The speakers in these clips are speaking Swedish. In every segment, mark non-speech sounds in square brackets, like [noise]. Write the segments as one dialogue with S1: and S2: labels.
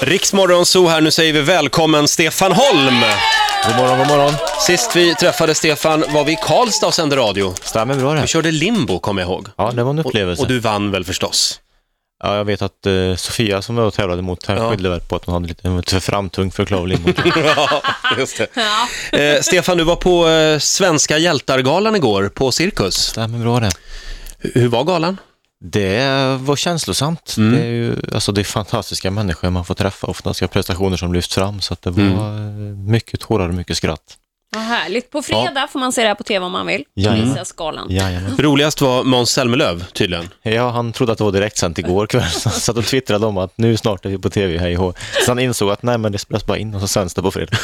S1: Riksmorgon Zoo här, nu säger vi välkommen Stefan Holm!
S2: God morgon, god morgon.
S1: Sist vi träffade Stefan var vi i Karlstad och sände radio.
S2: Stämmer bra det
S1: Vi
S2: här.
S1: körde limbo, kommer jag ihåg.
S2: Ja, det var en upplevelse.
S1: Och du vann väl [laughs] förstås?
S2: Ja, jag vet att eh, Sofia som jag tävlade mot här
S1: Ja.
S2: skyllde väl på att hon hade lite hon var lite för framtung för att klara [laughs] limbo.
S1: ja, just det. Eh, Stefan, du var på eh, Svenska hjältar-galan igår på Cirkus.
S2: Stämmer bra det.
S1: H- Hur var galan?
S2: Det var känslosamt. Det, är ju, alltså, det är fantastiska människor man får träffa. Ofta ska prestationer som lyfts fram. Så att det var eh, mycket tårar och mycket skratt.
S3: Vad härligt. På fredag får man se det här på tv om man vill.
S2: Jajamän.
S3: Visa skalan.
S2: Jajamän.
S1: Roligast var Måns Zelmerlöw, tydligen.
S2: Ja, han trodde att det var direktsänt igår kväll. Så han satt och twittrade om att nu snart är vi på tv, hej och hå. Så han insåg att nej, men det spelas bara in och så sänds det på fredag.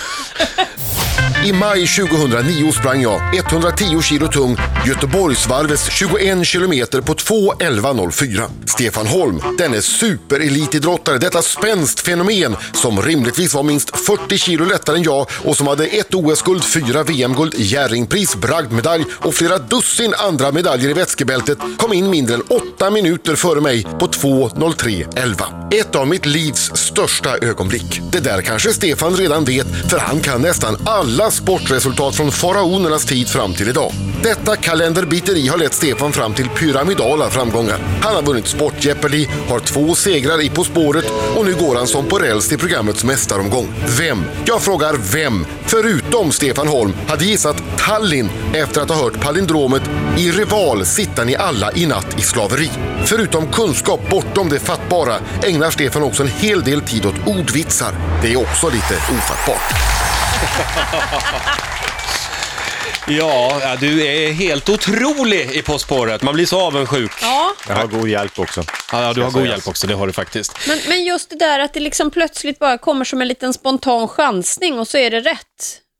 S4: I maj 2009 sprang jag 110 kilo tung Göteborgsvarvets 21 kilometer på 2.11.04. Stefan Holm, denne superelitidrottare, detta spänstfenomen som rimligtvis var minst 40 kilo lättare än jag och som hade ett OS-guld, fyra VM-guld, Jerringpris, bragdmedalj och flera dussin andra medaljer i vätskebältet kom in mindre än 8 minuter före mig på 2.03.11. Ett av mitt livs största ögonblick. Det där kanske Stefan redan vet för han kan nästan alla sportresultat från faraonernas tid fram till idag. Detta kalenderbiteri har lett Stefan fram till pyramidala framgångar. Han har vunnit Sport Jeopardy, har två segrar i På spåret och nu går han som på räls till programmets mästaromgång. Vem? Jag frågar vem, förutom Stefan Holm, hade gissat Tallinn efter att ha hört palindromet “I rival sitta ni alla i natt i slaveri”. Förutom kunskap bortom det fattbara ägnar Stefan också en hel del tid åt ordvitsar. Det är också lite ofattbart.
S1: Ja, ja, du är helt otrolig i På spåret. Man blir så avundsjuk.
S3: Ja,
S2: Jag har god hjälp också.
S1: Ja, ja, du har
S2: Ska
S1: god
S2: sägas.
S1: hjälp också, det har du faktiskt.
S3: men, men just det där att det liksom plötsligt bara kommer som en liten spontan chansning och så är det rätt.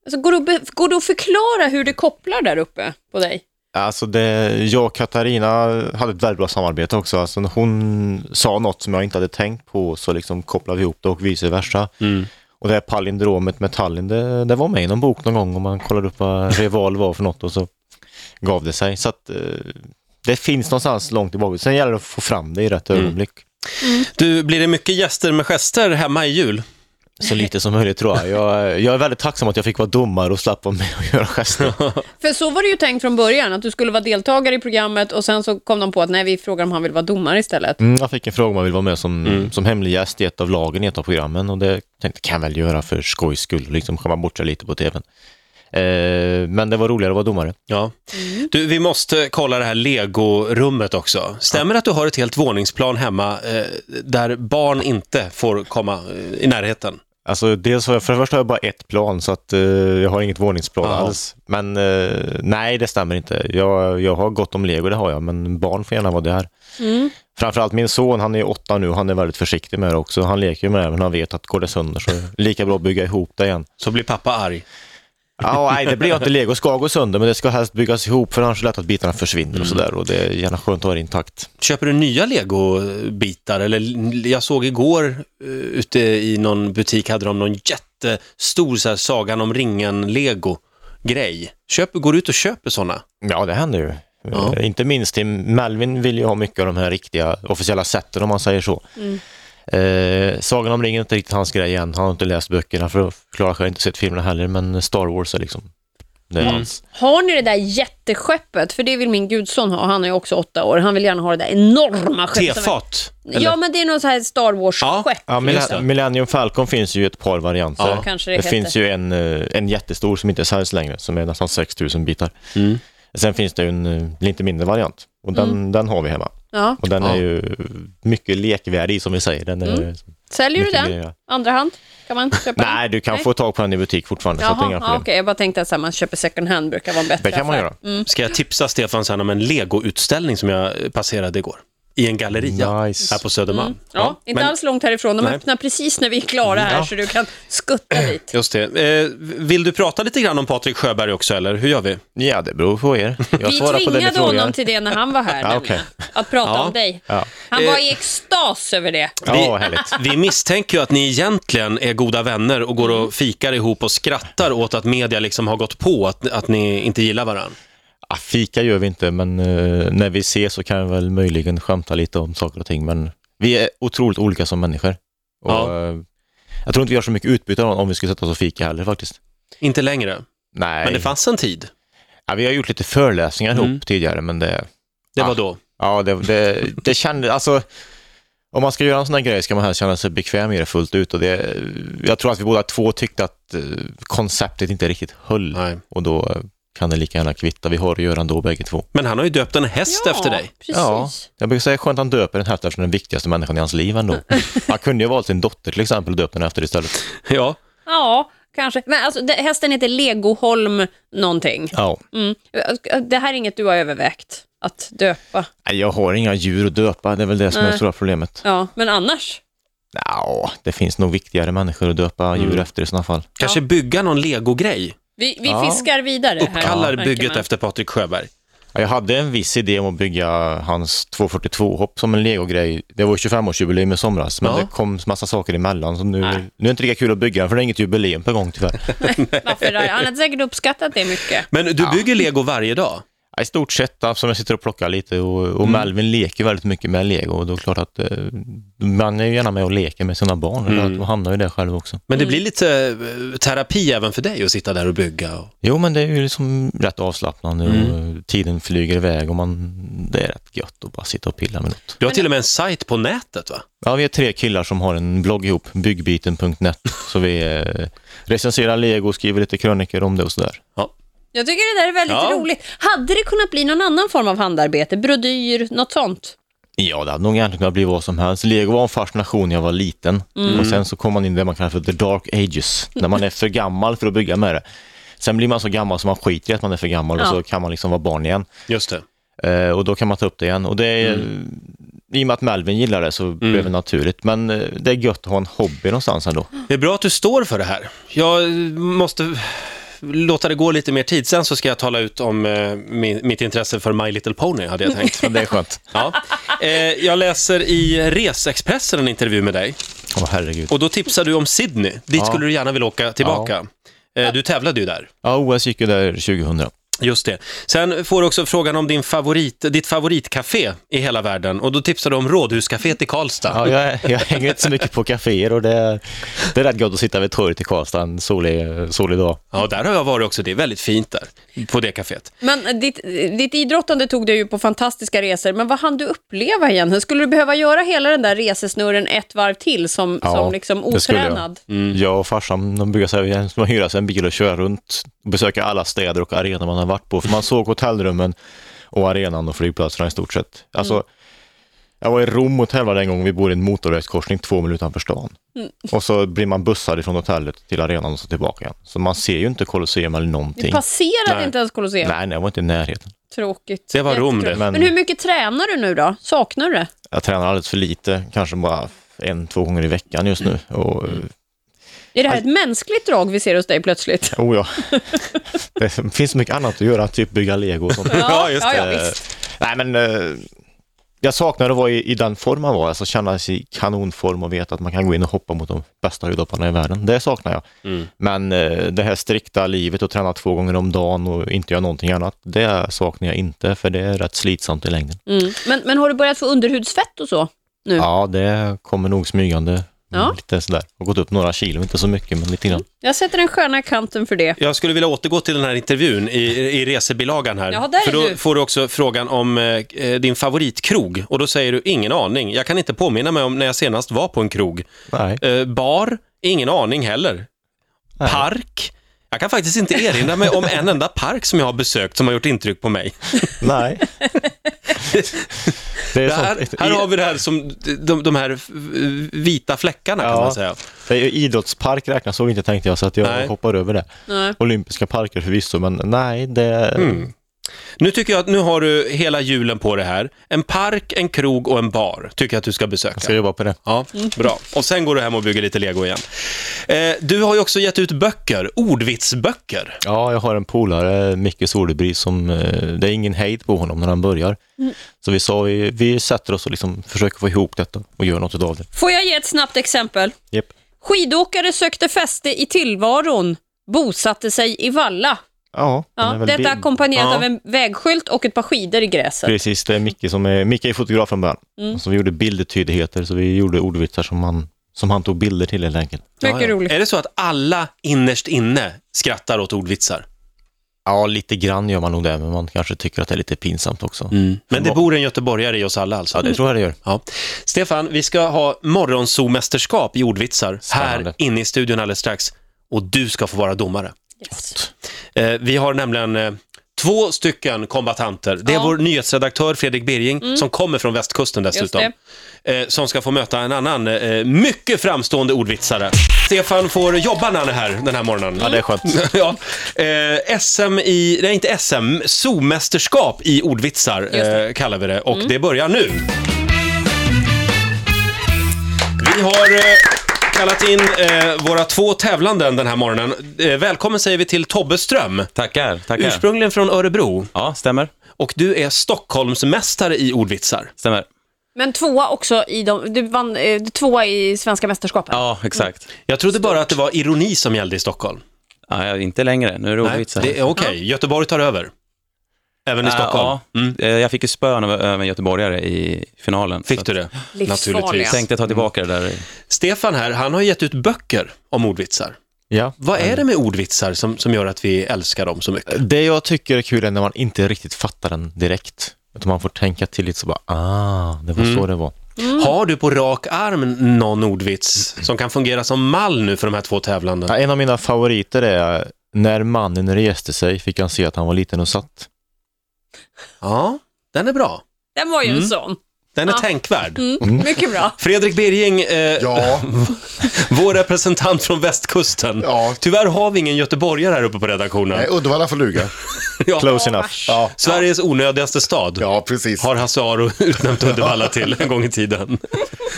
S3: Alltså, går, det att be- går det att förklara hur det kopplar där uppe på dig?
S2: Alltså det, jag och Katarina hade ett väldigt bra samarbete också. Alltså när hon sa något som jag inte hade tänkt på så liksom kopplade vi ihop det och vice versa. Och det här palindromet med Tallinn, det, det var med i någon bok någon gång och man kollade upp vad rival var för något och så gav det sig. Så att eh, det finns någonstans långt tillbaka. Sen gäller det att få fram det i rätt ögonblick.
S1: Du, blir det mycket gäster med gester hemma i jul?
S2: Så lite som möjligt tror jag. jag. Jag är väldigt tacksam att jag fick vara domare och slapp vara med och göra gester.
S3: För så var det ju tänkt från början, att du skulle vara deltagare i programmet och sen så kom de på att nej, vi frågar om han vill vara domare istället.
S2: Mm, jag fick en fråga om jag vill vara med som, som hemlig gäst i ett av lagen i ett av programmen och det tänkte kan jag väl göra för skojs skull, liksom skämma bort sig lite på tvn. Eh, men det var roligare att vara domare.
S1: Ja. Du, vi måste kolla det här legorummet också. Stämmer det att du har ett helt våningsplan hemma eh, där barn inte får komma eh, i närheten?
S2: Alltså, dels har jag, för det första har jag bara ett plan, så att, eh, jag har inget våningsplan
S1: Ja.
S2: alls. Men eh, nej, det stämmer inte. Jag, jag har gott om lego, det har jag, men barn får gärna vara där. Framförallt min son, han är åtta nu, han är väldigt försiktig med det också. Han leker ju med det, men han vet att går det sönder så är det lika bra att bygga ihop det igen.
S1: Så blir pappa arg.
S2: Ja, nej, det blir ju inte lego ska gå sönder, men det ska helst byggas ihop för annars är det lätt att bitarna försvinner och sådär och det är gärna skönt att ha det intakt.
S1: Köper du nya legobitar? Eller, jag såg igår eh, ute i någon butik hade de någon jättestor så här, Sagan om ringen-lego-grej. Köp, går du ut och köper sådana?
S2: Ja, det händer ju.
S1: Ja.
S2: Eh, Inte minst till Melvin vill ju ha mycket av de här riktiga officiella sätten om man säger så. Eh, Sagan om ringen är inte riktigt hans grej än. Han har inte läst böckerna för att klara sig, inte sett filmerna heller, men Star Wars är liksom det är hans.
S3: Har ni det där jätteskeppet? För det vill min gudson ha, han är också åtta år. Han vill gärna ha det där enorma skeppet. som är-
S1: Tefat?
S3: Ja, men det är något så här Star Wars-skepp.
S2: Ja,
S1: Just det.
S2: Mil- Millennium Falcon finns ju i ett par varianter.
S3: Ja, kanske det heter.
S2: finns ju en, eh, en jättestor som inte säljs längre, som är nästan 6000 bitar.
S1: Mm.
S2: Sen finns det ju en eh, lite mindre variant och den,
S3: Mm.
S2: den har vi hemma.
S3: Ja.
S2: Och den
S1: Ja.
S2: är ju mycket lekvärdig i, som vi säger. Den är, liksom
S3: Säljer Mm. du
S2: Mycket
S3: den?
S2: grejer.
S3: Andra hand? Kan man köpa den?
S2: Nej, du kan få tag på den i butik fortfarande. så att det är
S3: Jaha,
S2: inga
S3: ja,
S2: problem.
S3: okej. Jag bara tänkte att så här, man köper second hand brukar vara en bättre
S2: Det kan man
S3: affär.
S2: göra.
S1: Ska jag tipsa Stefan sen om en legoutställning som jag eh, passerade igår? I en galleria
S2: Nice.
S1: här på Södermalm.
S3: Mm. Ja, inte
S1: men-
S3: alls långt härifrån. De
S1: Nej.
S3: öppnar precis när vi är klara här,
S1: Ja.
S3: så du kan
S2: [clears throat]
S3: skutta dit.
S1: Just det. Eh, vill du prata lite grann om Patrik Sjöberg också, eller hur gör vi?
S2: Ja, det beror på er. Jag
S3: Vi
S2: svarar på det ni
S3: tvingade honom
S2: frågar.
S3: till det när han var
S2: [laughs]
S3: här,
S2: Ja,
S3: nämligen. att prata
S1: Ja.
S3: om dig.
S2: Ja. Eh.
S3: Han var i extas över det.
S2: Ja, vad härligt.
S1: [laughs] Vi misstänker ju att ni egentligen är goda vänner och går
S3: Mm.
S1: och fikar ihop och skrattar åt att media liksom har gått på att, att ni inte gillar varandra.
S2: Ja, fika gör vi inte, men eh, när vi ses så kan vi väl möjligen skämta lite om saker och ting. Men Vi är otroligt olika som människor. Och,
S1: Ja.
S2: eh, Jag tror inte vi har så mycket utbyte av någon om vi skulle sätta oss och fika heller faktiskt.
S1: Inte längre,
S2: Nej,
S1: men det fanns en tid.
S2: ja, vi har gjort lite föreläsningar
S1: Mm.
S2: ihop tidigare, men det,
S1: Det var
S2: Ah.
S1: då.
S2: ja, det, det, det kändes, alltså om man ska göra en sån här grej ska man helst känna sig bekväm i det fullt ut och det, jag tror att vi båda två tyckte att eh, konceptet inte riktigt höll
S1: Nej.
S2: och då eh, kan det lika gärna kvitta. Vi har att göra ändå bägge två.
S1: Men han har ju döpt en häst efter dig.
S3: Precis.
S2: Ja, jag brukar säga skönt att han döper en häst eftersom den viktigaste människan i hans liv
S3: [laughs]
S2: ändå. Han kunde ju ha valt sin dotter till exempel och döpt den efter istället.
S1: Ja,
S3: Ja, kanske. Men alltså, det, hästen heter Legoholm någonting.
S2: Ja.
S3: Mm. Det här är inget du har övervägt att döpa.
S2: Nej, Jag har inga djur att döpa, det är väl det som är det
S3: Nej.
S2: stora problemet.
S3: Ja, men annars?
S2: Nja, det finns nog viktigare människor att döpa
S3: Mm.
S2: djur efter i sådana fall.
S1: kanske bygga någon legogrej.
S3: Vi, vi
S2: Ja.
S3: fiskar vidare här.
S1: Uppkallar
S3: märker
S1: bygget
S3: man.
S1: efter Patrik Sjöberg.
S2: Ja, Jag hade en viss idé om att bygga hans 242-hopp som en legogrej. Det var ju 25-årsjubileum i somras, men
S1: Ja.
S2: det kom massa saker emellan. Så nu, nu
S3: Nej.
S2: är det inte lika kul att bygga den, för det är inget jubileum på gång tyvärr.
S3: Varför? det? Han hade säkert uppskattat det mycket.
S1: Men du bygger lego varje dag?
S2: Ja, I stort sett, som jag sitter och plockar lite och, och Melvin leker väldigt mycket med lego och då är det klart att eh, man är ju gärna med och leker med sina barn. Mm. Man hamnar ju där själv också.
S1: Men det blir lite eh, terapi även för dig att sitta där och bygga. Och...
S2: Jo, men det är ju liksom rätt avslappnande och tiden flyger iväg och man, det är rätt gött att bara sitta och pilla med något.
S1: Du har till och med en sajt på nätet va?
S2: Ja, vi är tre killar som har en blogg ihop, byggbiten.net, så vi eh, recenserar lego, skriver lite krönikor om det och sådär.
S1: Ja.
S3: Jag tycker det där är väldigt
S1: Ja.
S3: roligt. Hade det kunnat bli någon annan form av handarbete? Brodyr, något sånt?
S2: Ja, det hade nog egentligen kunnat bli vad som helst. Lego var en fascination när jag var liten. Och sen så kom man in i det man kallar för the dark ages, när man är för gammal för att bygga med det. Sen blir man så gammal så man skiter i att man är för gammal och
S3: Ja.
S2: så kan man liksom vara barn igen.
S1: Just det.
S2: Eh, och då kan man ta upp det igen. Och det är, I och med att Melvin gillar det så blev det naturligt. Men eh, det är gött att ha en hobby någonstans ändå.
S1: Det är bra att du står för det här. Jag eh, måste låta det gå lite mer tid. Sen så ska jag tala ut om eh, min, mitt intresse för My Little Pony, hade jag [laughs] tänkt.
S2: Ja, det är skönt.
S1: Ja. Eh, jag läser i Resexpressen en intervju med dig.
S2: [laughs] Åh herregud.
S1: Och då tipsar du om Sydney. Dit skulle du gärna vilja åka tillbaka. Eh, du tävlade ju där.
S2: Ja, OS gick ju där 2000.
S1: Just det. Sen får du också frågan om din favorit, ditt favoritcafé i hela världen. Och då tipsar du om Rådhuscaféet i Karlstad.
S2: Ja, jag, jag hänger inte så mycket på kaféer och det, är- det är rätt gott att sitta vid torget i Karlstad en solig, solig dag.
S1: Ja, där har jag varit också. Det är väldigt fint där, på det kaféet.
S3: Men eh, ditt, ditt idrottande tog dig ju på fantastiska resor, men vad hann du uppleva egentligen? Skulle du behöva göra hela den där resesnurren ett varv till som,
S2: Ja,
S3: som liksom
S2: det skulle jag.
S3: otränad?
S2: Jag och farsan de brukar säga att man hyra sig en bil och köra runt och besöka alla städer och arenor man har varit på. För man såg hotellrummen och arenan och flygplatserna i stort sett. Alltså, Jag var i Rom och tävlade en gång. Vi bor i en motorvägskorsning två minuter utanför stan. Och så blir man bussad från hotellet till arenan och så tillbaka igen. Så man ser ju inte Colosseum eller
S3: Du
S2: någonting.
S3: passerade
S1: Nej.
S3: inte ens Colosseum.
S2: Nej, nej, jag var inte i närheten.
S3: Tråkigt.
S1: Det var Rom
S3: Jättetråkigt.
S1: det,
S2: men-
S3: Men hur mycket tränar du nu då? Saknar du det?
S2: Jag tränar alldeles för lite, kanske bara en, två gånger i veckan just nu. Och,
S3: Är det här ett mänskligt drag vi ser hos dig plötsligt?
S2: oh ja. [laughs] Det finns mycket annat att göra, typ bygga lego och sånt.
S1: Ja, just
S3: ja,
S2: Eh,
S3: ja, visst.
S2: Nej, men eh, jag saknar att vara i, i den form man var, alltså känna sig i kanonform och veta att man kan gå in och hoppa mot de bästa höjdhopparna i världen. Det saknar jag. Men eh, det här strikta livet och träna två gånger om dagen och inte göra någonting annat, det saknar jag inte, för det är rätt slitsamt i längden.
S3: Mm. Men, men har du börjat få underhudsfett och så? Mm.
S2: Ja, det kommer nog smygande.
S3: Ja.
S2: Lite sådär. Jag har gått upp några kilo, inte så mycket, men lite grann.
S3: Jag sätter en stjärna i kanten för det.
S1: Jag skulle vilja återgå till den här intervjun i, i resebilagan här.
S3: Ja, där är
S1: för då
S3: du.
S1: får du också frågan om eh, din favoritkrog och då säger du ingen aning. Jag kan inte påminna mig om när jag senast var på en krog.
S2: Nej.
S1: Eh, bar, ingen aning heller. Park, jag kan faktiskt inte erinra mig om en enda park som jag har besökt som har gjort intryck på mig.
S2: Nej. det är
S1: Det här,
S2: sånt.
S1: här har vi det här som de, de här eh, vita fläckarna kan
S2: Ja.
S1: man säga.
S2: Det är ju Idrottspark räknas så inte tänkte jag, så att jag
S1: Nej.
S2: hoppar över det.
S3: Nej.
S2: Olympiska parker förvisso, men nej, det...
S1: Nu tycker jag att nu har du hela julen på det här. En park, en krog och en bar tycker jag att du ska besöka.
S2: Jag ska jobba på det.
S1: Ja, bra. Och sen går du hem och bygger lite lego igen. Eh, du har ju också gett ut böcker, ordvitsböcker.
S2: Ja, jag har en polare, Micke Solebrys, som... eh, Det är ingen hejd på honom när han börjar.
S3: Mm.
S2: Så vi sa, vi, vi sätter oss och liksom försöker få ihop detta och gör något av det.
S3: Får jag ge ett snabbt exempel?
S2: Yep.
S3: Skidåkare sökte fäste i tillvaron, bosatte sig i valla.
S2: Ja, den
S3: Ja,
S2: är väl
S3: detta
S2: bild.
S3: ackompanjerat
S2: Ja.
S3: av en vägskylt och ett par skidor i gräset.
S2: Precis, det är Micke som är, Micke är fotograf från början.
S3: Mm.
S2: Så vi gjorde bildtydligheter, så vi gjorde ordvitsar som han, som han tog bilder till helt enkelt.
S3: Mycket roligt.
S1: Är det så att alla innerst inne skrattar åt ordvitsar?
S2: Ja, lite grann gör man nog det, men man kanske tycker att det är lite pinsamt också.
S1: Men det bor en göteborgare i oss alla alltså?
S2: Ja, det tror jag det gör.
S1: Ja. Stefan, vi ska ha morgonzoomästerskap i ordvitsar
S2: Spännande.
S1: här inne i studion alldeles strax. Och du ska få vara domare. Eh, vi har nämligen eh, två stycken kombatanter. Det är
S3: Ja. Mm.
S1: vår nyhetsredaktör Fredrik Birging, som kommer från västkusten dessutom,
S3: Just
S1: eh, som ska få möta en annan eh, mycket framstående ordvitsare. Stefan får jobba när han är här den här morgonen.
S2: Ja, det är skönt.
S1: [laughs] Ja, eh, SM i, nej inte SM, zoomästerskap i ordvitsar eh, kallar vi det och
S2: Mm.
S1: det börjar nu. Vi har eh, kallat in eh, våra två tävlanden den här morgonen. Eh, välkommen säger vi till Tobbe Ström,
S5: Tackar, tackar.
S1: ursprungligen från Örebro
S5: Ja, stämmer.
S1: och du är Stockholmsmästare i ordvitsar.
S5: Stämmer.
S3: Men tvåa också i de, du vann eh, tvåa i svenska mästerskapen.
S5: Ja, exakt.
S1: Jag trodde bara att det var ironi som gällde i Stockholm.
S5: Ja, ja, inte längre. Nu är det
S1: Nej,
S5: ordvitsar.
S1: det är okej. Göteborg tar över. Även i
S3: Äh,
S5: Ja,
S1: Stockholm. Mm.
S5: Ja, Eh, jag fick ju spön av av en göteborgare i finalen.
S1: Fick
S5: så
S1: du det? Mm.
S3: Livsfarliga.
S5: att- Tänkte ta tillbaka det där.
S1: Stefan här, han har gett ut böcker om ordvitsar.
S2: Ja.
S1: Vad
S4: Mm.
S1: är det med ordvitsar som, som gör att vi älskar dem så mycket?
S2: Det jag tycker är kul är när man inte riktigt fattar den direkt. Utan man får tänka till lite så bara, ah, det var så det var.
S3: Mm.
S1: Har du på rak arm någon ordvits som kan fungera som mall nu för de här två tävlanden?
S2: Ja, en av mina favoriter är när mannen reste sig fick han se att han var liten och satt.
S1: Ja, den är bra.
S3: Den var ju
S2: Mm.
S3: en sån.
S1: Den är
S3: Ja.
S1: tänkvärd.
S3: Mm. Mycket bra.
S1: Fredrik Birging, eh,
S4: Ja,
S1: vår representant från västkusten.
S4: Ja.
S1: Tyvärr har vi ingen göteborgare här uppe på redaktionen.
S4: nej, Uddevalla får luga.
S1: Ja.
S2: Close enough.
S4: Ja,
S1: Sveriges onödigaste stad
S4: ja precis.
S1: har Hasse Aro [laughs] utnämnt Uddevalla till en gång i tiden.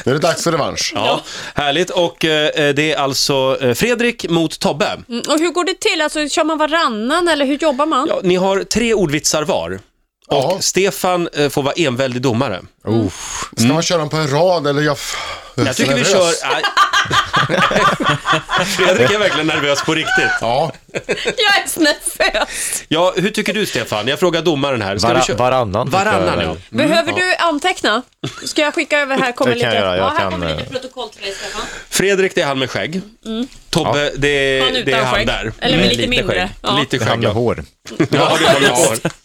S4: Nu är det dags för revansch.
S1: Ja, härligt. Och eh, det är alltså eh, Fredrik mot Tobbe.
S3: Mm. Och hur går det till? Alltså, kör man varannan eller hur jobbar man?
S1: Ja, ni har tre ordvitsar var. Och
S4: Ja.
S1: Stefan eh, får vara enväldig domare.
S4: Ska man köra dem på en rad eller? Jag, jag är
S1: Jag tycker vi
S4: nervös.
S1: kör... Nej. [laughs] Fredrik är verkligen nervös på riktigt.
S4: Ja,
S3: Jag är så nervös.
S1: Ja, hur tycker du Stefan? Jag frågar domaren här. Ska
S2: Vara-
S1: vi köra-
S2: varannan, tycker
S1: Varannan,
S2: jag.
S1: ja.
S3: Behöver du anteckna? Ska jag skicka över här? Kommer
S2: Mm. Det kan
S3: lite...
S2: jag göra, jag
S3: ja, här
S2: kan,
S3: kommer
S2: eh,
S3: lite protokoll till dig, Stefan.
S1: Fredrik, det är han med skägg. Tobbe, det,
S3: Mm. Han
S1: är-
S3: utan
S1: det är han
S3: skägg.
S1: där.
S3: Eller med lite mindre.
S1: skägg.
S3: Ja.
S1: Lite
S2: Det
S1: skägg,
S2: handlar
S1: ja.
S2: hår.
S1: Ja, det var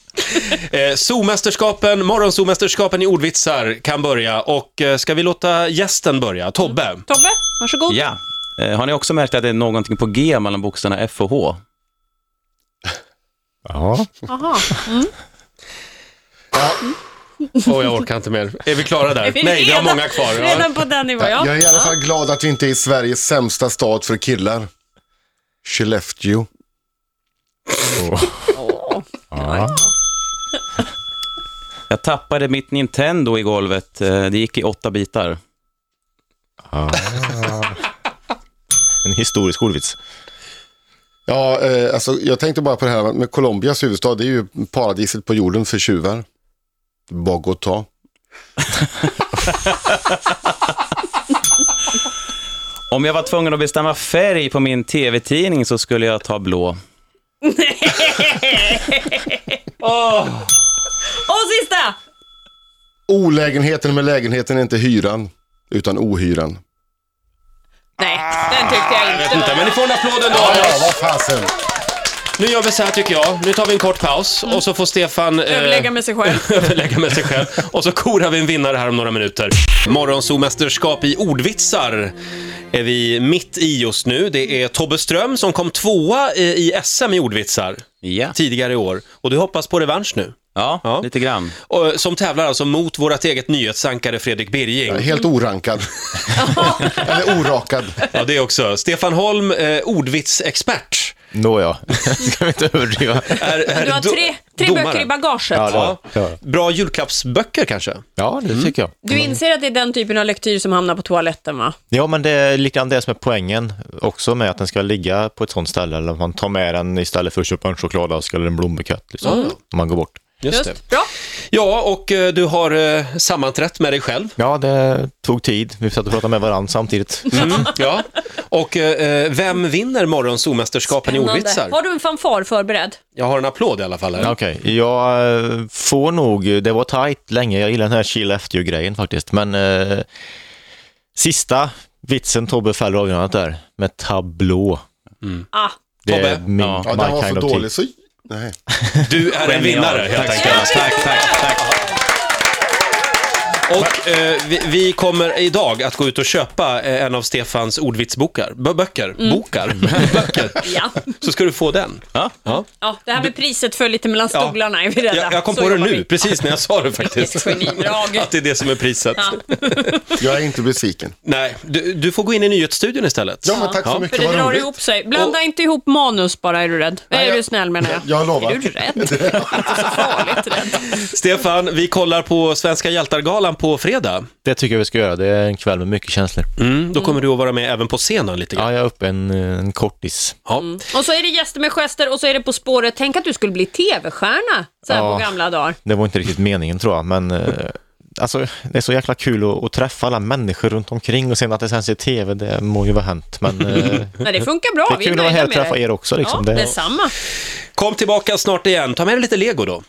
S1: Eh, Zoomästerskapen, morgonzoomästerskapen i ordvitsar kan börja och eh, ska vi låta gästen börja? Tobbe?
S3: Tobbe, varsågod.
S5: Ja. Eh, Har ni också märkt att det är någonting på G mellan bokstäverna F och H?
S2: Ja.
S3: Aha.
S1: Åh, jag orkar inte mer. Är vi klara där?
S3: Är vi
S1: Nej, vi har
S3: redan-
S1: många kvar. Ja.
S3: Redan på den nivån, ja.
S4: jag
S3: [laughs]
S4: är i alla fall glad att vi inte är i Sveriges sämsta stad för killar. Skellefteå.
S2: ja.
S5: Jag tappade mitt Nintendo i golvet. Eh, Det gick i åtta bitar.
S2: En historisk ordvits.
S4: Ja, eh, alltså, jag tänkte bara på det här med Colombias huvudstad. Det är ju paradiset på jorden för tjuvar. Bogotá.
S5: Om jag var tvungen att bestämma färg på min tv-tidning så skulle jag ta blå.
S3: Och sista!
S4: Olägenheten med lägenheten är inte hyran, utan ohyran.
S3: Nej, den tyckte jag inte var...
S1: Vänta, men ni får en applåd ändå.
S4: Ja, vad fasen.
S1: Nu gör vi så här tycker jag. Nu tar vi en kort paus och så får Stefan eh,
S3: Överlägga med sig själv.
S1: överlägga med sig själv. Och så korar vi en vinnare här om några minuter. Morgonzoomästerskap i ordvitsar är vi mitt i just nu. Det är Tobbe Ström som kom tvåa eh, i SM i ordvitsar [laughs]
S5: Ja,
S1: tidigare i år. Och du hoppas på revansch nu.
S5: ja,
S1: Ja.
S5: lite grann.
S1: Och, eh, som tävlar alltså mot vårt eget nyhetsankare Fredrik Birging.
S3: [laughs]
S4: Helt orankad. Eller orakad.
S1: Ja, det också. Stefan Holm, eh, ordvitsexpert.
S2: Nåja, [laughs] ska vi inte överdriva.
S1: Är, [laughs] är
S3: Du har
S1: do-
S3: tre, tre
S1: domare.
S3: böcker i bagaget.
S2: Ja, det var-
S1: Ja.
S2: ja.
S1: Bra julklappsböcker kanske?
S2: ja, det tycker jag.
S3: Du inser att det är den typen av lektyr som hamnar på toaletten, va?
S2: Ja, men det är lite grann det som är poängen också med att den ska ligga på ett sånt ställe. Eller att man tar med den istället för att köpa en chokladask eller en blombukett. Liksom, om man går bort.
S1: Just det.
S3: Bra.
S1: Ja, och eh, du har eh, sammanträtt med dig själv.
S2: Ja, det tog tid. Vi satt och pratade med varandra samtidigt.
S1: Mm, ja. Och eh, vem vinner morgons stormästerskapen i ordvitsar?
S3: Har du en fanfar förberedd?
S1: Jag har en applåd i alla fall. Här.
S2: Okej, jag eh, får nog, det var tajt länge, jag gillar den här chill efter grejen faktiskt, men eh, sista vitsen Tobbe fäller avgörandet där med tablå.
S3: Ah,
S2: Det är
S1: Tobbe?
S2: min,
S5: Ja.
S4: Ja,
S2: my
S4: den var
S2: kind
S4: så
S2: of
S4: dålig
S2: tea.
S4: så... Nej.
S1: Du är en vinnare helt enkelt.
S5: Tack, tack, tack. tack.
S1: Och eh, vi, vi kommer idag att gå ut och köpa eh, en av Stefans ordvitsbokar. Bö- Böcker. Bokar. Böcker.
S3: Mm. [laughs] ja.
S1: Så ska du få den.
S5: Ja.
S3: ja. Det här med priset föll lite mellan stolarna, är vi rädda.
S1: Jag, jag kom
S3: Så
S1: på det
S3: jobbar
S1: nu,
S3: vi.
S1: precis när jag sa
S3: [laughs]
S1: det faktiskt.
S3: Vilket genidrag.
S1: Att det är det som är priset.
S3: Ja.
S4: Jag är inte besviken.
S1: Nej, du, du får gå in i nyhetsstudion istället.
S4: Ja, men tack så
S1: Ja.
S4: mycket.
S3: För det
S4: Vad
S3: drar
S4: roligt.
S3: ihop sig. Blanda inte ihop manus bara, är du rädd. Nej, är
S4: jag-
S3: du snäll menar
S1: [laughs]
S3: jag.
S4: jag lovar.
S3: Är du rädd? Du är inte så farligt rädd.
S1: Stefan, vi kollar på Svenska hjältargalan på fredag.
S2: Det tycker jag vi ska göra, det är en kväll med mycket känslor.
S1: Mm, då kommer du att vara med även på scenen lite grann.
S2: Ja, jag är uppe en, en kortis.
S1: Ja.
S3: Och så är det gäster med gester och så är det På spåret. Tänk att du skulle bli tv-stjärna så här
S2: Ja.
S3: på gamla dagar.
S2: Det var inte riktigt meningen tror jag, men eh, alltså, det är så jäkla kul att, att träffa alla människor runt omkring och sen att det sänds i tv, det må ju vara hänt. Men eh,
S3: Nej, det funkar bra.
S2: det är
S3: vi är
S2: kul att vara
S3: nöjda
S2: här och
S3: med
S2: träffa liksom.
S3: det.
S2: er också. Liksom.
S3: Ja,
S2: Det-
S3: detsamma.
S1: Kom tillbaka snart igen. Ta med dig lite lego då.